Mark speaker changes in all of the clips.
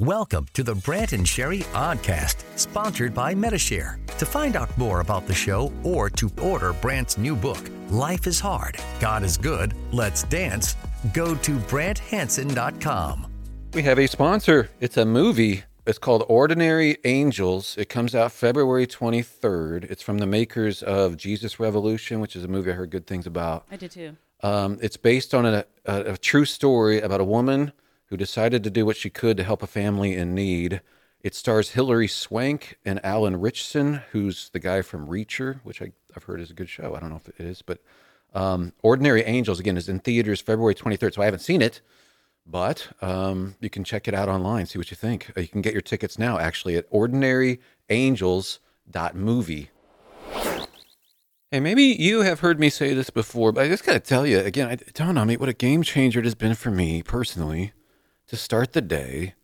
Speaker 1: Welcome to the Brant and Sherry Oddcast, sponsored by Metashare. To find out more about the show or to order Brant's new book, Life is Hard, God is Good, Let's Dance, go to BrantHanson.com.
Speaker 2: We have a sponsor. It's a movie. It's called Ordinary Angels. It comes out February 23rd. It's from the makers of Jesus Revolution, which is a movie I heard good things about.
Speaker 3: I did too.
Speaker 2: Um, it's based on a, a, a true story about a woman who decided to do what she could to help a family in need. It stars Hilary Swank and Alan Richson, who's the guy from Reacher, which I, I've heard is a good show. I don't know if it is, but um, Ordinary Angels, again, is in theaters February 23rd. So I haven't seen it, but um, you can check it out online, see what you think. Uh, You can get your tickets now, actually, at ordinaryangels.movie. Hey, maybe you have heard me say this before, but I just got to tell you again, it dawned on me what a game changer it has been for me personally to start the day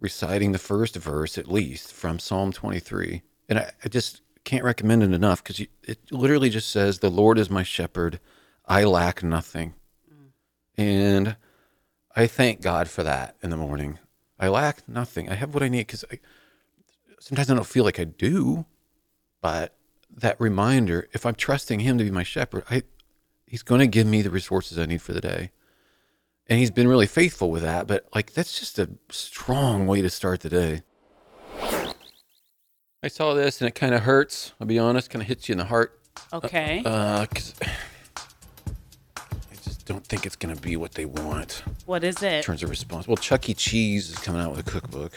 Speaker 2: reciting the first verse at least from Psalm 23. And I, I just can't recommend it enough because it literally just says, The Lord is my shepherd, I lack nothing. And I thank God for that in the morning. I lack nothing. I have what I need because I, sometimes I don't feel like I do, but that reminder, if I'm trusting Him to be my shepherd, I, He's going to give me the resources I need for the day and he's been really faithful with that. But like, that's just a strong way to start the day. I saw this and it kind of hurts. I'll be honest, kind of hits you in the heart.
Speaker 3: Okay.
Speaker 2: Uh, 'cause I just don't think it's gonna be what they want
Speaker 3: what is
Speaker 2: in
Speaker 3: it?
Speaker 2: terms of response. Well, Chuck E. Cheese is coming out with a cookbook.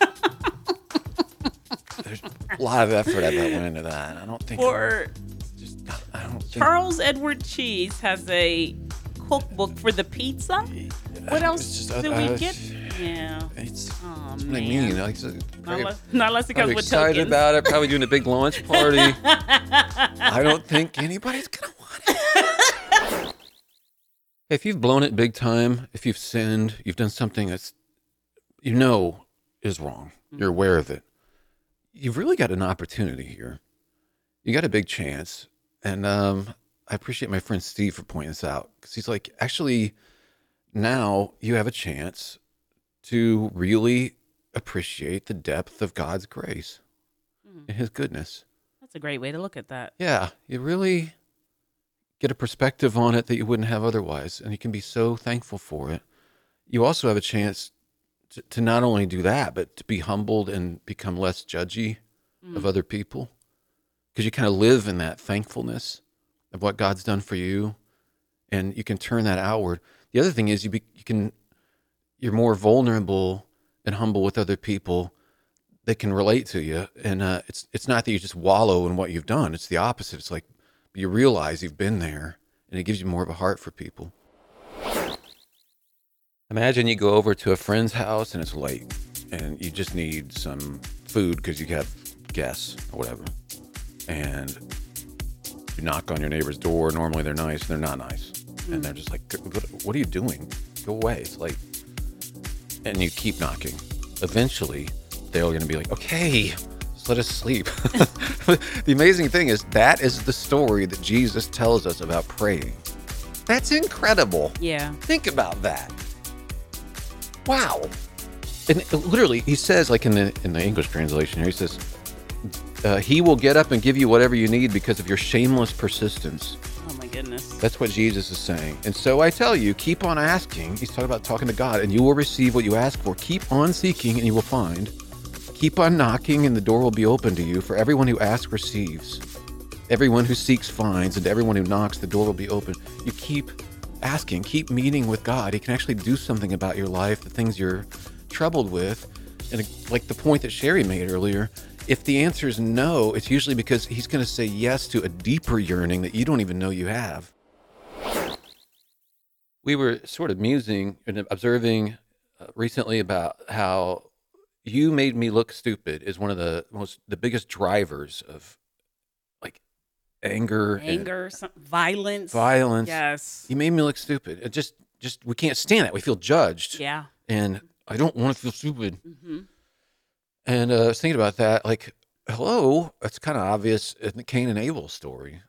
Speaker 2: There's a lot of effort I bet went into that. I don't think.
Speaker 3: Or
Speaker 2: just, I don't think.
Speaker 3: Charles Edward Cheese has a cookbook for the pizza. What else
Speaker 2: just- uh,
Speaker 3: do
Speaker 2: I-
Speaker 3: we
Speaker 2: I-
Speaker 3: get? Yeah.
Speaker 2: It's,
Speaker 3: Oh
Speaker 2: that's what I
Speaker 3: man.
Speaker 2: mean. Like, it's a
Speaker 3: Not
Speaker 2: great-
Speaker 3: unless, not unless it
Speaker 2: I'm
Speaker 3: comes with
Speaker 2: excited
Speaker 3: tokens.
Speaker 2: about it. Probably doing a big launch party. I don't think anybody's gonna want it. if you've blown it big time, if you've sinned, you've done something that's you know is wrong. You're aware of it. You've really got an opportunity here. You got a big chance, and um, I appreciate my friend Steve for pointing this out because he's like, actually, now you have a chance to really appreciate the depth of God's grace and His goodness.
Speaker 3: That's a great way to look at that.
Speaker 2: Yeah, you really get a perspective on it that you wouldn't have otherwise, and you can be so thankful for it. You also have a chance to, to not only do that, but to be humbled and become less judgy of other people because you kind of live in that thankfulness of what God's done for you, and you can turn that outward. The other thing is you be, you can you're more vulnerable and humble with other people they can relate to you and uh, it's it's not that you just wallow in what you've done it's the opposite it's like you realize you've been there and it gives you more of a heart for people imagine you go over to a friend's house and it's late and you just need some food because you have guests or whatever and you knock on your neighbor's door normally they're nice they're not nice and they're just like "What- what are you doing go away it's like and you keep knocking. Eventually, they're going to be like, okay, just let us sleep. the amazing thing is, that is the story that Jesus tells us about praying. That's incredible.
Speaker 3: Yeah.
Speaker 2: Think about that. Wow. And it- literally, he says, like in the in the English translation here, he says, uh, "He will get up and give you whatever you need because of your shameless persistence."
Speaker 3: Oh my goodness.
Speaker 2: That's what Jesus is saying. And so I tell you, keep on asking. He's talking about talking to God, and you will receive what you ask for. Keep on seeking, and you will find. Keep on knocking, and the door will be open to you. For everyone who asks receives. Everyone who seeks finds, and to everyone who knocks, the door will be open. You keep asking, keep meeting with God. He can actually do something about your life, the things you're troubled with. And like the point that Sherry made earlier, if the answer is no, it's usually because he's going to say yes to a deeper yearning that you don't even know you have we were sort of musing and observing uh, recently about how you made me look stupid is one of the most the biggest drivers of like anger, and
Speaker 3: Anger, some, violence.
Speaker 2: violence
Speaker 3: Yes.
Speaker 2: you made me look stupid it just just we can't stand that we feel judged
Speaker 3: Yeah.
Speaker 2: and i don't want to feel stupid
Speaker 3: hmm
Speaker 2: and uh, I was thinking about that like hello that's kind of obvious in the cain and abel story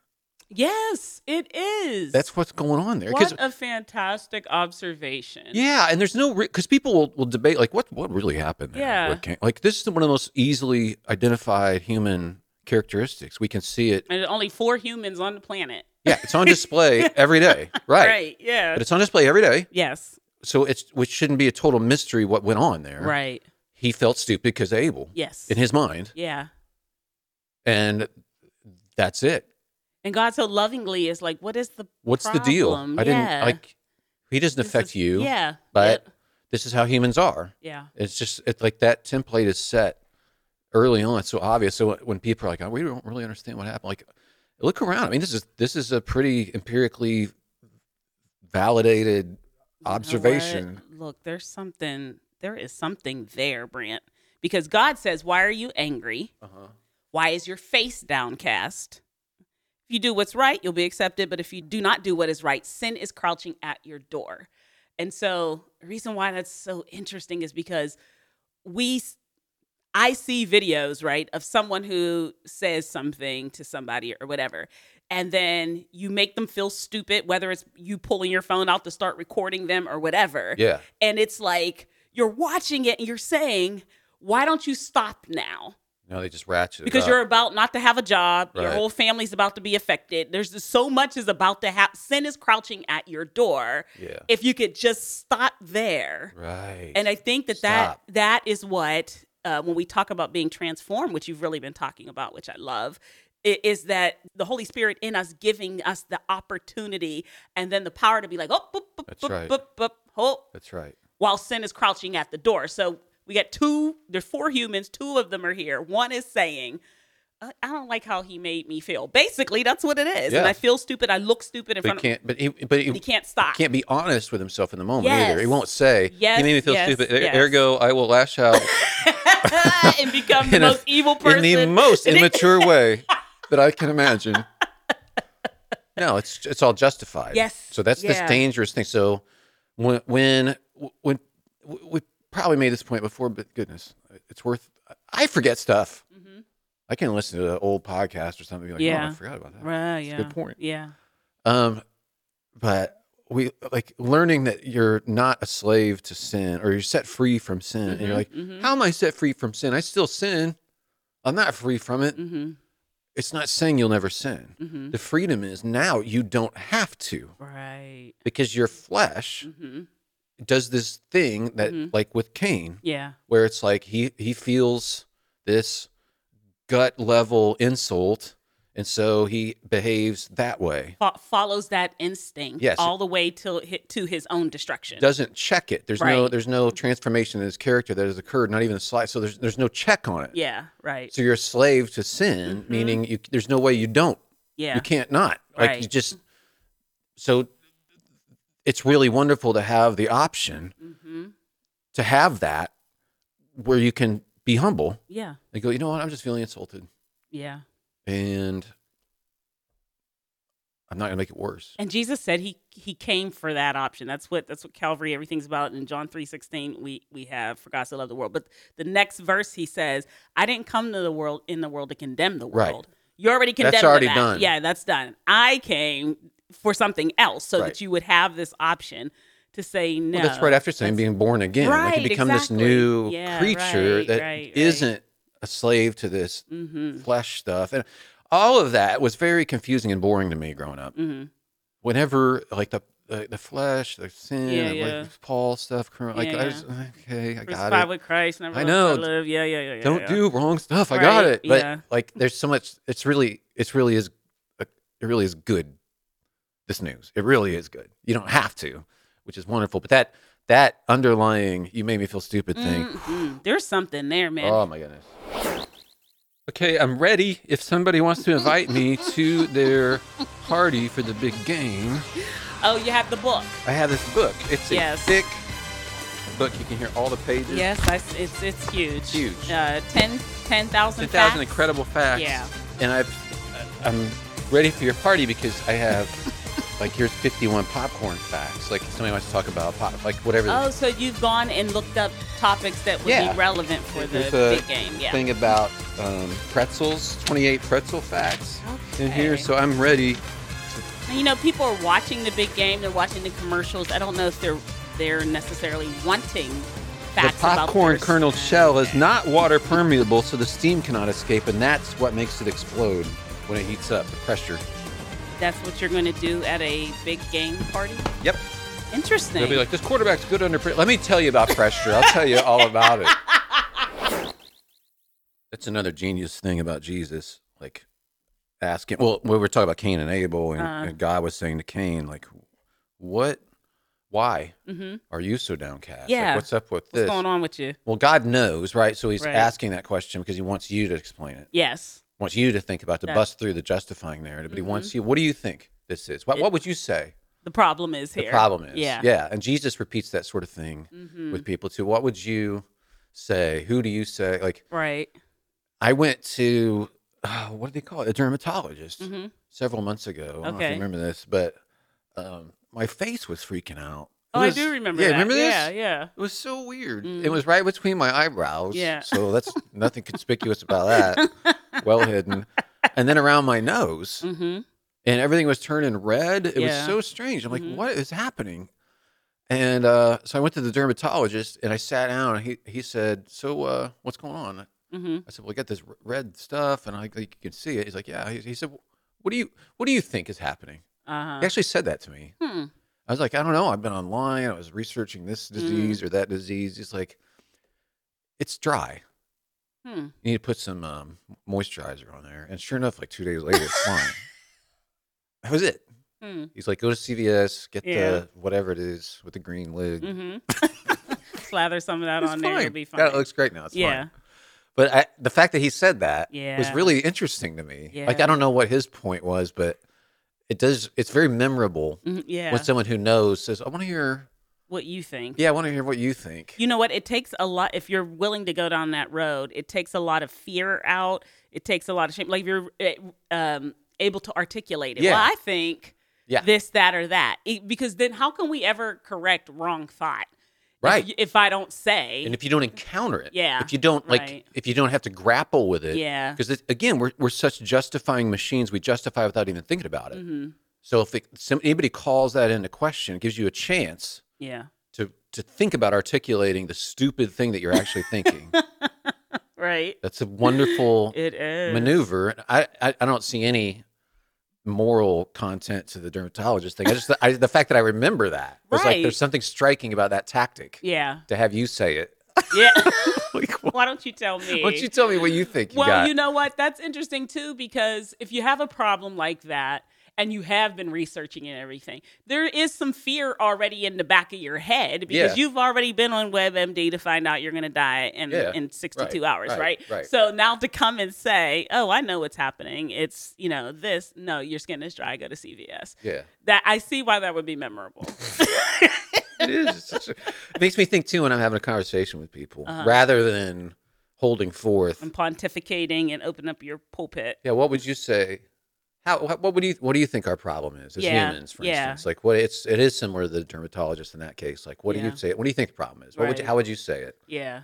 Speaker 3: Yes, it is.
Speaker 2: That's what's going on there. 'Cause-
Speaker 3: what a fantastic observation.
Speaker 2: yeah, and there's no because people will, will debate like what what really happened. There?
Speaker 3: Yeah.
Speaker 2: What came- like this is one of the most easily identified human characteristics. We can see it.
Speaker 3: And only four humans on the planet.
Speaker 2: Yeah, it's on display every day, right?
Speaker 3: Right. Yeah.
Speaker 2: But it's on display every day,
Speaker 3: yes.
Speaker 2: so it's which shouldn't be a total mystery what went on there.
Speaker 3: Right.
Speaker 2: He felt stupid because Abel
Speaker 3: Yes.
Speaker 2: in his mind,
Speaker 3: yeah.
Speaker 2: and that's it.
Speaker 3: And God so lovingly is like, what is the
Speaker 2: What's the deal?
Speaker 3: problem?
Speaker 2: I didn't
Speaker 3: Yeah.
Speaker 2: like. He doesn't
Speaker 3: This
Speaker 2: affect
Speaker 3: is-
Speaker 2: you.
Speaker 3: Yeah.
Speaker 2: but-
Speaker 3: yeah,
Speaker 2: This is how humans are.
Speaker 3: yeah.
Speaker 2: It's just it's like that template is set early on. It's so obvious. So when people are like, oh, we don't really understand what happened, like look around. I mean, this is this is a pretty empirically validated
Speaker 3: You know
Speaker 2: observation.
Speaker 3: what? Look, there's something. There is something there, Brent, because God says, "Why are you angry?
Speaker 2: Uh-huh.
Speaker 3: Why is your face downcast? If you do what's right, you'll be accepted. But if you do not do what is right, sin is crouching at your door. And so, the reason why that's so interesting is because we, s- I see videos, right, of someone who says something to somebody or whatever. And then you make them feel stupid, whether it's you pulling your phone out to start recording them or whatever.
Speaker 2: Yeah.
Speaker 3: And it's like you're watching it and you're saying, why don't you stop now?
Speaker 2: No, they just ratchet. it
Speaker 3: because
Speaker 2: up.
Speaker 3: you're about not to have a job your
Speaker 2: Right.
Speaker 3: whole family's about to be affected there's just so much is about to happen sin is crouching at your door
Speaker 2: Yeah.
Speaker 3: if you could just stop there
Speaker 2: Right.
Speaker 3: and i think that
Speaker 2: Stop.
Speaker 3: that that is what uh, when we talk about being transformed which you've really been talking about which i love i- is that the Holy Spirit in us giving us the opportunity and then the power to be like, oh, boop, boop,
Speaker 2: That's
Speaker 3: boop,
Speaker 2: right.
Speaker 3: boop, boop, oh,
Speaker 2: That's right.
Speaker 3: while sin is crouching at the door. So we got two, there's four humans, two of them are here. One is saying, "Uh, I don't like how he made me feel. Basically, that's what it is.
Speaker 2: Yeah.
Speaker 3: And I feel stupid. I look stupid in
Speaker 2: But he
Speaker 3: front of
Speaker 2: can't. But he. But he,
Speaker 3: He can't stop.
Speaker 2: Can't be honest with himself in the moment either. He
Speaker 3: Yes.
Speaker 2: won't say.
Speaker 3: Yes,
Speaker 2: He made me feel
Speaker 3: yes,
Speaker 2: stupid. E,
Speaker 3: yes.
Speaker 2: Ergo, I will lash out
Speaker 3: and become the
Speaker 2: In a-
Speaker 3: most evil person.
Speaker 2: in the most immature way that I can imagine. No, it's it's all justified.
Speaker 3: Yes,
Speaker 2: So that's this
Speaker 3: yeah.
Speaker 2: dangerous thing. So when when when we probably made this point before, but goodness, it's worth. I forget stuff.
Speaker 3: Mhm.
Speaker 2: I can listen to an old podcast or something. Be like, oh,
Speaker 3: Yeah.
Speaker 2: I forgot about that.
Speaker 3: Right, yeah.
Speaker 2: good point.
Speaker 3: Yeah.
Speaker 2: Um, but we like learning that you're not a slave to sin, or you're set free from sin, and you're like,
Speaker 3: mhm.
Speaker 2: how am I set free from sin? I still sin. I'm not free from it
Speaker 3: hmm
Speaker 2: it's not saying you'll never sin.
Speaker 3: hmm
Speaker 2: The freedom is now you don't have to
Speaker 3: Right.
Speaker 2: because your flesh
Speaker 3: hmm
Speaker 2: does this thing that
Speaker 3: Mhm.
Speaker 2: like with Cain
Speaker 3: Yeah.
Speaker 2: where it's like he he feels this gut level insult and so he behaves that way.
Speaker 3: Fo- follows that instinct
Speaker 2: Yes.
Speaker 3: all the way till hi- to his own destruction.
Speaker 2: Doesn't check it. There's no
Speaker 3: Right.
Speaker 2: there's no transformation in his character that has occurred, not even a slight. So there's there's no check on it.
Speaker 3: yeah. Right.
Speaker 2: So you're a slave to sin,
Speaker 3: Mhm.
Speaker 2: meaning you there's no way you don't
Speaker 3: yeah.
Speaker 2: You can't not. Like you
Speaker 3: Right.
Speaker 2: just so it's really wonderful to have the option
Speaker 3: hmm
Speaker 2: to have that where you can be humble
Speaker 3: Yeah.
Speaker 2: and go, you know what, I'm just feeling insulted
Speaker 3: Yeah.
Speaker 2: and I'm not gonna make it worse.
Speaker 3: And Jesus said he he came for that option. That's what that's what Calvary everything's about. And in John three sixteen, we we have for God so loved the world. But the next verse he says, "I didn't come to the world in the world to condemn the
Speaker 2: Right.
Speaker 3: world. You already condemned. to
Speaker 2: already
Speaker 3: that.
Speaker 2: done.
Speaker 3: Yeah, that's done. I came for something else, so
Speaker 2: Right.
Speaker 3: that you would have this option to say no.
Speaker 2: Well, that's right after saying being born again. like you
Speaker 3: Right,
Speaker 2: become
Speaker 3: exactly.
Speaker 2: this new
Speaker 3: Yeah,
Speaker 2: creature
Speaker 3: right,
Speaker 2: that
Speaker 3: right, right.
Speaker 2: isn't a slave to this
Speaker 3: Mm-hmm.
Speaker 2: flesh stuff. And all of that was very confusing and boring to me growing up.
Speaker 3: Mm-hmm.
Speaker 2: whenever like the the, the flesh, the sin,
Speaker 3: Yeah,
Speaker 2: and,
Speaker 3: yeah.
Speaker 2: like Paul stuff. cor- Like
Speaker 3: Yeah,
Speaker 2: I
Speaker 3: yeah.
Speaker 2: was okay, I got
Speaker 3: Crucified
Speaker 2: it.
Speaker 3: with Christ. Never
Speaker 2: I
Speaker 3: I
Speaker 2: know.
Speaker 3: know. Live. Yeah, yeah, yeah, yeah.
Speaker 2: Don't
Speaker 3: yeah.
Speaker 2: do wrong stuff. I got
Speaker 3: Right,
Speaker 2: it. But
Speaker 3: yeah.
Speaker 2: like, there's so much. It's really, it's really is, uh, it really is good. This news, it really is good. You don't have to, which is wonderful. But that that underlying, you made me feel stupid thing.
Speaker 3: Mhm. There's something there, man.
Speaker 2: Oh my goodness. Okay, I'm ready. If somebody wants to invite me to their party for the big game.
Speaker 3: oh, you have the book.
Speaker 2: I have this book. It's
Speaker 3: Yes.
Speaker 2: a thick book. You can hear all the pages.
Speaker 3: Yes, I, it's it's huge.
Speaker 2: Huge.
Speaker 3: Uh, 10 10,000
Speaker 2: Ten thousand
Speaker 3: facts.
Speaker 2: incredible facts.
Speaker 3: Yeah.
Speaker 2: And I've, I'm ready for your party because I have, like, here's 51 popcorn facts. Like, somebody wants to talk about pop, like whatever.
Speaker 3: Oh, so you've gone and looked up topics that would
Speaker 2: Yeah.
Speaker 3: be relevant for the
Speaker 2: There's a
Speaker 3: big game. Yeah.
Speaker 2: Thing about um, pretzels. 28 pretzel facts in
Speaker 3: Okay.
Speaker 2: here. So I'm ready
Speaker 3: And, you know, people are watching the big game. They're watching the commercials. I don't know if they're they're necessarily wanting
Speaker 2: The
Speaker 3: facts
Speaker 2: popcorn
Speaker 3: about their-
Speaker 2: kernel shell is not water permeable, so the steam cannot escape, and that's what makes it explode when it heats up. The pressure.
Speaker 3: That's what you're going to do at a big game party.
Speaker 2: Yep.
Speaker 3: Interesting.
Speaker 2: They'll be like, this quarterback's good under pressure. Let me tell you about pressure. I'll tell you all about it. That's another genius thing about Jesus. Like asking, well, we were talking about Cain and Abel, and,
Speaker 3: Uh-huh.
Speaker 2: and God was saying to Cain, like, what, why
Speaker 3: mm-hmm.
Speaker 2: are you so downcast? Like,
Speaker 3: Yeah.
Speaker 2: what's up with
Speaker 3: What's
Speaker 2: this?
Speaker 3: going on with you?
Speaker 2: Well, God knows, right? So he's
Speaker 3: Right.
Speaker 2: asking that question because he wants you to explain it,
Speaker 3: Yes.
Speaker 2: wants you to think about, to
Speaker 3: Yeah. Mm-hmm.
Speaker 2: bust through the justifying narrative. But he wants you, what do you think this is? What,
Speaker 3: It-
Speaker 2: what would you say?
Speaker 3: The problem is here.
Speaker 2: The problem is,
Speaker 3: Yeah.
Speaker 2: yeah. And Jesus repeats that sort of thing
Speaker 3: Mm-hmm.
Speaker 2: with people too. What would you say? Who do you say? Like,
Speaker 3: right.
Speaker 2: I went to uh, what do they call it? A dermatologist
Speaker 3: Mm-hmm.
Speaker 2: several months ago. I don't know if
Speaker 3: Okay.
Speaker 2: you remember this, but um, my face was freaking out. It
Speaker 3: Oh, I
Speaker 2: was-
Speaker 3: do remember
Speaker 2: yeah,
Speaker 3: that.
Speaker 2: remember this?
Speaker 3: Yeah, yeah.
Speaker 2: It was so weird.
Speaker 3: Mm.
Speaker 2: It was right between my eyebrows.
Speaker 3: Yeah.
Speaker 2: So that's nothing conspicuous about that. Well hidden. And then around my nose,
Speaker 3: Mm-hmm.
Speaker 2: and everything was turning red. It was
Speaker 3: Yeah.
Speaker 2: so strange. I'm like,
Speaker 3: Mhm.
Speaker 2: "What is happening? And uh, so I went to the dermatologist and I sat down. And he he said, "So uh, what's going on?"
Speaker 3: Mm-hmm.
Speaker 2: I said, "Well, I got this r- red stuff, and I like, you can see it." He's like, "Yeah." He, he said, "What do you what do you think is happening?" He
Speaker 3: Uh-huh.
Speaker 2: actually said that to me.
Speaker 3: Hmm.
Speaker 2: I was like, "I don't know. I've been online. I was researching this disease or that disease." He's like, "It's dry.
Speaker 3: Hmm.
Speaker 2: You need to put some um, moisturizer on there." And sure enough, like two days later, it's fine. That was it.
Speaker 3: Hmm.
Speaker 2: He's like, go to CVS, get
Speaker 3: Yeah.
Speaker 2: the whatever it is with the green lid.
Speaker 3: Mm-hmm. Slather some of that
Speaker 2: It's
Speaker 3: on there. It'll be fine.
Speaker 2: That looks great now. It's
Speaker 3: yeah.
Speaker 2: fine. But I, the fact that he said that was
Speaker 3: Yeah.
Speaker 2: really interesting to me. Like,
Speaker 3: Yeah.
Speaker 2: I don't know what his point was, but it does, it's very memorable
Speaker 3: Mhm. Yeah.
Speaker 2: when someone who knows says, I want to hear,
Speaker 3: what you think?
Speaker 2: yeah, I want to hear what you think.
Speaker 3: You know what? It takes a lot. If you're willing to go down that road, it takes a lot of fear out. It takes a lot of shame. Like if you're eh, um, able to articulate it.
Speaker 2: Yeah.
Speaker 3: Well, I think
Speaker 2: Yeah.
Speaker 3: this, that, or that. It- because then, how can we ever correct wrong thought? If
Speaker 2: right.
Speaker 3: y- If, I don't say.
Speaker 2: and if you don't encounter it,
Speaker 3: Yeah,
Speaker 2: if you don't like,
Speaker 3: right.
Speaker 2: if you don't have to grapple with it,
Speaker 3: yeah.
Speaker 2: because again, we're, we're such justifying machines, we justify without even thinking about it.
Speaker 3: Mm-hmm.
Speaker 2: So if it, some, anybody calls that into question, it gives you a chance
Speaker 3: Yeah.
Speaker 2: to to think about articulating the stupid thing that you're actually thinking.
Speaker 3: Right.
Speaker 2: That's a wonderful
Speaker 3: It is
Speaker 2: maneuver. I, I I don't see any moral content to the dermatologist thing. I just I, the fact that I remember that was like
Speaker 3: Right.
Speaker 2: there's something striking about that tactic
Speaker 3: Yeah.
Speaker 2: to have you say it.
Speaker 3: Yeah.
Speaker 2: Like, why
Speaker 3: Why don't you tell me?
Speaker 2: don't you tell me what you think you
Speaker 3: well,
Speaker 2: got?
Speaker 3: you know what? That's interesting too, because if you have a problem like that and you have been researching and everything, there is some fear already in the back of your head because
Speaker 2: Yeah.
Speaker 3: you've already been on WebMD to find out you're going to die in,
Speaker 2: Yeah.
Speaker 3: in
Speaker 2: Right,
Speaker 3: 62 hours,
Speaker 2: right,
Speaker 3: right,
Speaker 2: right.
Speaker 3: So now to come and say, oh, I know what's happening. It's, you know, this. No, your skin is dry. Go to CVS.
Speaker 2: yeah,
Speaker 3: That I see why that would be memorable.
Speaker 2: it is. It's such a- it makes me think too when I'm having a conversation with people
Speaker 3: Uh-huh.
Speaker 2: rather than holding forth.
Speaker 3: and pontificating and open up your pulpit.
Speaker 2: Yeah, what would you say? How what, what would you what do you think our problem is as
Speaker 3: Yeah,
Speaker 2: humans, for
Speaker 3: yeah.
Speaker 2: instance? Like what it's it is similar to the dermatologist in that case. Like what do
Speaker 3: Yeah.
Speaker 2: you say? What do you think the problem is? What would you,
Speaker 3: Right.
Speaker 2: how would you say it?
Speaker 3: Yeah.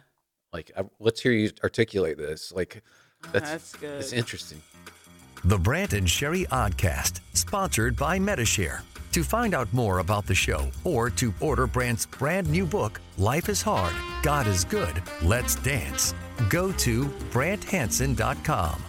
Speaker 2: Like I, let's hear you articulate this. Like that's
Speaker 3: Oh, that's good.
Speaker 2: It's interesting.
Speaker 1: The Brant and Sherry Oddcast, sponsored by Metashare. To find out more about the show or to order Brant's brand new book, Life is Hard, God is Good, Let's Dance, go to BrantHanson.com.